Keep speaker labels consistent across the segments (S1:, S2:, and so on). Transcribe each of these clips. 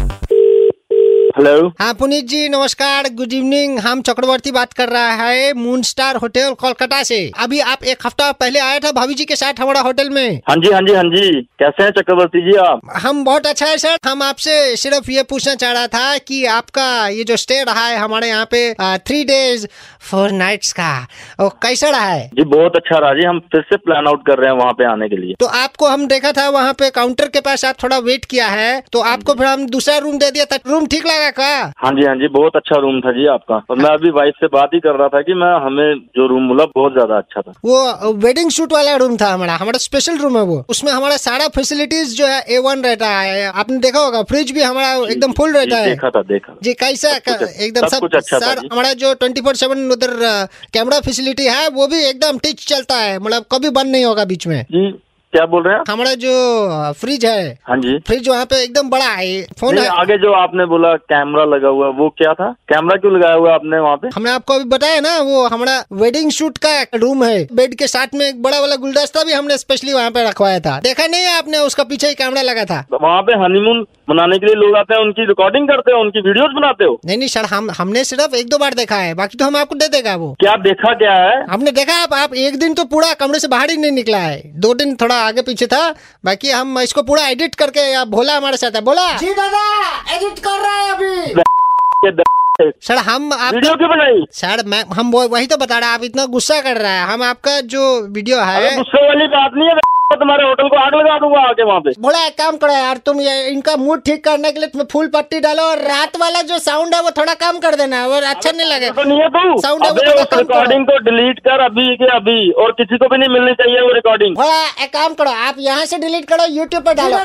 S1: Hello
S2: हाँ पुनीत जी नमस्कार good evening हम चक्रवर्ती बात कर रहा है मून स्टार होटल कोलकाता से अभी आप एक हफ्ता पहले आया था भाभी जी के साथ हमारा होटल में
S1: हाँ जी हाँ जी हाँ जी कैसे हैं चक्रवर्ती जी आप
S2: हम बहुत अच्छा है सर हम आपसे सिर्फ ये पूछना चाह रहा था कि आपका ये जो स्टे रहा है हमारे यहाँ पे थ्री डेज फोर नाइट्स का वो कैसा रहा है
S1: जी बहुत अच्छा रहा जी हम फिर से प्लान आउट कर रहे हैं वहाँ पे आने के लिए
S2: तो आपको हम देखा था वहाँ पे काउंटर के पास आप थोड़ा वेट किया है तो आपको फिर हम दूसरा रूम दे दिया था रूम ठीक लगा का
S1: हाँ जी हाँ जी बहुत अच्छा रूम था जी आपका और
S2: हाँ।
S1: मैं अभी वाइफ से बात ही कर रहा था कि मैं हमें जो रूम मिला बहुत ज्यादा अच्छा था
S2: वो वेडिंग शूट वाला रूम था हमारा हमारा स्पेशल रूम है वो उसमें हमारा सारा फैसिलिटीज जो है ए वन रहता है आपने देखा होगा फ्रिज भी हमारा तो एकदम फुल रहता
S1: जी,
S2: है
S1: देखा था देखा
S2: जी कैसा
S1: सब कुछ-
S2: एकदम
S1: सब
S2: सब
S1: कुछ अच्छा था
S2: सर
S1: जी।
S2: हमारा जो ट्वेंटी फोर सेवन उधर कैमरा फैसिलिटी है वो भी एकदम टिच चलता है मतलब कभी बंद नहीं होगा बीच में
S1: जी क्या बोल रहे हैं आप?
S2: हमारा जो फ्रिज है
S1: हाँ जी
S2: फ्रिज वहाँ पे एकदम बड़ा है फोन
S1: जी
S2: है
S1: आगे जो आपने बोला कैमरा लगा हुआ है, वो क्या था कैमरा क्यों लगाया हुआ है आपने वहाँ पे
S2: हमने आपको अभी बताया ना वो हमारा वेडिंग शूट का रूम है बेड के साथ में एक बड़ा वाला गुलदस्ता भी हमने स्पेशली वहाँ पे रखवाया था देखा नहीं आपने उसका पीछे ही कैमरा लगा था
S1: वहाँ पे हनीमून मनाने के लिए लोग आते हैं उनकी रिकॉर्डिंग करते हो उनकी वीडियोस बनाते हो
S2: नहीं नहीं सर हम हमने सिर्फ एक दो बार देखा है बाकी तो हम आपको दे देगा वो
S1: क्या देखा क्या है
S2: हमने देखा आप आप एक दिन तो पूरा कमरे से बाहर ही नहीं निकला है दो दिन थोड़ा आगे पीछे था बाकी हम इसको पूरा एडिट करके आप भोला हमारे साथ है बोला जी दादा एडिट कर रहा है अभी
S1: ये द-
S2: सर हम आप
S1: वीडियो क्यों बनाई
S2: सर मैं हम वो- वही तो बता रहा आप इतना गुस्सा कर रहा है हम आपका जो वीडियो
S1: अरे
S2: है
S1: गुस्से वाली बात नहीं है मैं तुम्हारे होटल को आग लगा दूंगा आके वहाँ पे
S2: भोला एक काम करो यार तुम ये इनका मूड ठीक करने के लिए तुम फूल पत्ती डालो और रात वाला जो साउंड है वो थोड़ा कम कर देना वो अच्छा नहीं
S1: ये
S2: लगेगा
S1: तो नहीं है तू
S2: Sound
S1: अबे
S2: level का
S1: उस
S2: काम
S1: रिकॉर्डिंग को डिलीट कर अभी के अभी और किसी को भी नहीं मिलनी चाहिए वो रिकॉर्डिंग
S2: भोला एक काम करो आप यहाँ से डिलीट करो यूट्यूब पर डालो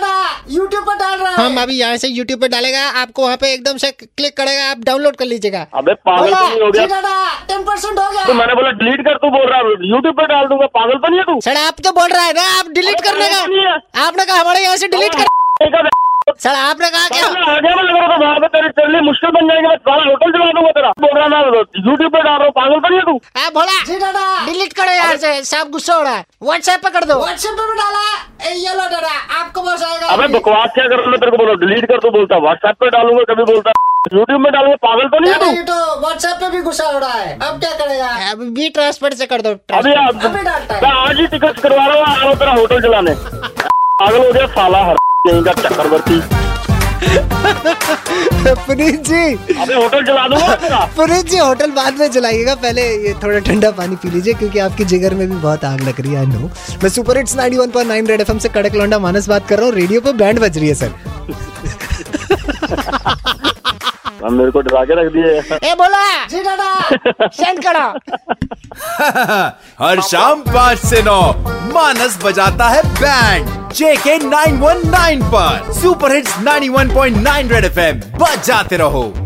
S2: यूट्यूब पर डाल रहा हम अभी यहाँ से यूट्यूब पर डालेगा आपको वहाँ पे एकदम से क्लिक करेगा आप डाउनलोड कर लीजिएगा
S1: अबे पागल तो नहीं हो गया
S2: टेन परसेंट हो
S1: तो मैंने बोला डिलीट कर तू बोल रहा यूट्यूब पे डाल दूंगा पागल तो नहीं है तू
S2: सर आप तो बोल रहा है ना आप डिलीट
S1: अरे
S2: करने
S1: पागल नहीं है।
S2: का आपने कहा हमारे यहाँ से डिलीट कर
S1: एक अब-
S2: सर आपने कहा
S1: पागल
S2: क्या
S1: आ गया मैं लग रहा था वहाँ पे तेरे तेरे लिए मुश्किल बन जाएगी मैं तुम्हारा होटल जला दूंगा तेरा बोल रहा मैं यूट्यूब पे डाल रहा हूँ पागल तो नहीं है तू
S2: आप भोला जी दादा डिलीट करो यहाँ से सब गुस्सा हो रहा है व्हाट्सएप पे कर दो व्हाट्सएप पे भी डाला ये लो दादा आपको बस आएगा
S1: अबे बकवास क्या कर रहा है? तेरे को बोला डिलीट कर तू बोलता व्हाट्सएप पे डालूंगा कभी बोलता यूट्यूब में डालूंगा पागल तो नहीं है तू
S2: तो व्हाट्सएप पे भी गुस्सा हो रहा है अब क्या करेगा अब भी ट्रांसफर से कर दो
S1: अभी
S2: transfer।
S1: आप मैं आज ही टिकट करवा रहा हूँ आ रहा हूँ तेरा होटल चलाने पागल हो गया साला हर यहीं का चक्रवर्ती
S2: पुनीत जी
S1: अबे होटल चला दूंगा तेरा
S2: पुनीत जी होटल बाद में चलाइएगा पहले ये थोड़ा ठंडा पानी पी लीजिए क्योंकि आपकी जिगर में भी बहुत आग लग रही है आई नो मैं सुपर हिट्स 91.9 रेड एफएम से कड़क लौंडा मानस बात कर रहा हूँ रेडियो पे बैंड बज रही है सर
S1: अब मेरे को डरा के रख दिए
S2: ए बोला जी दादा सेंड करो
S3: हर शाम पाँच से नौ मानस बजाता है बैंड जेके 919 पर सुपर हिट्स 91.9 रेड एफएम बजाते रहो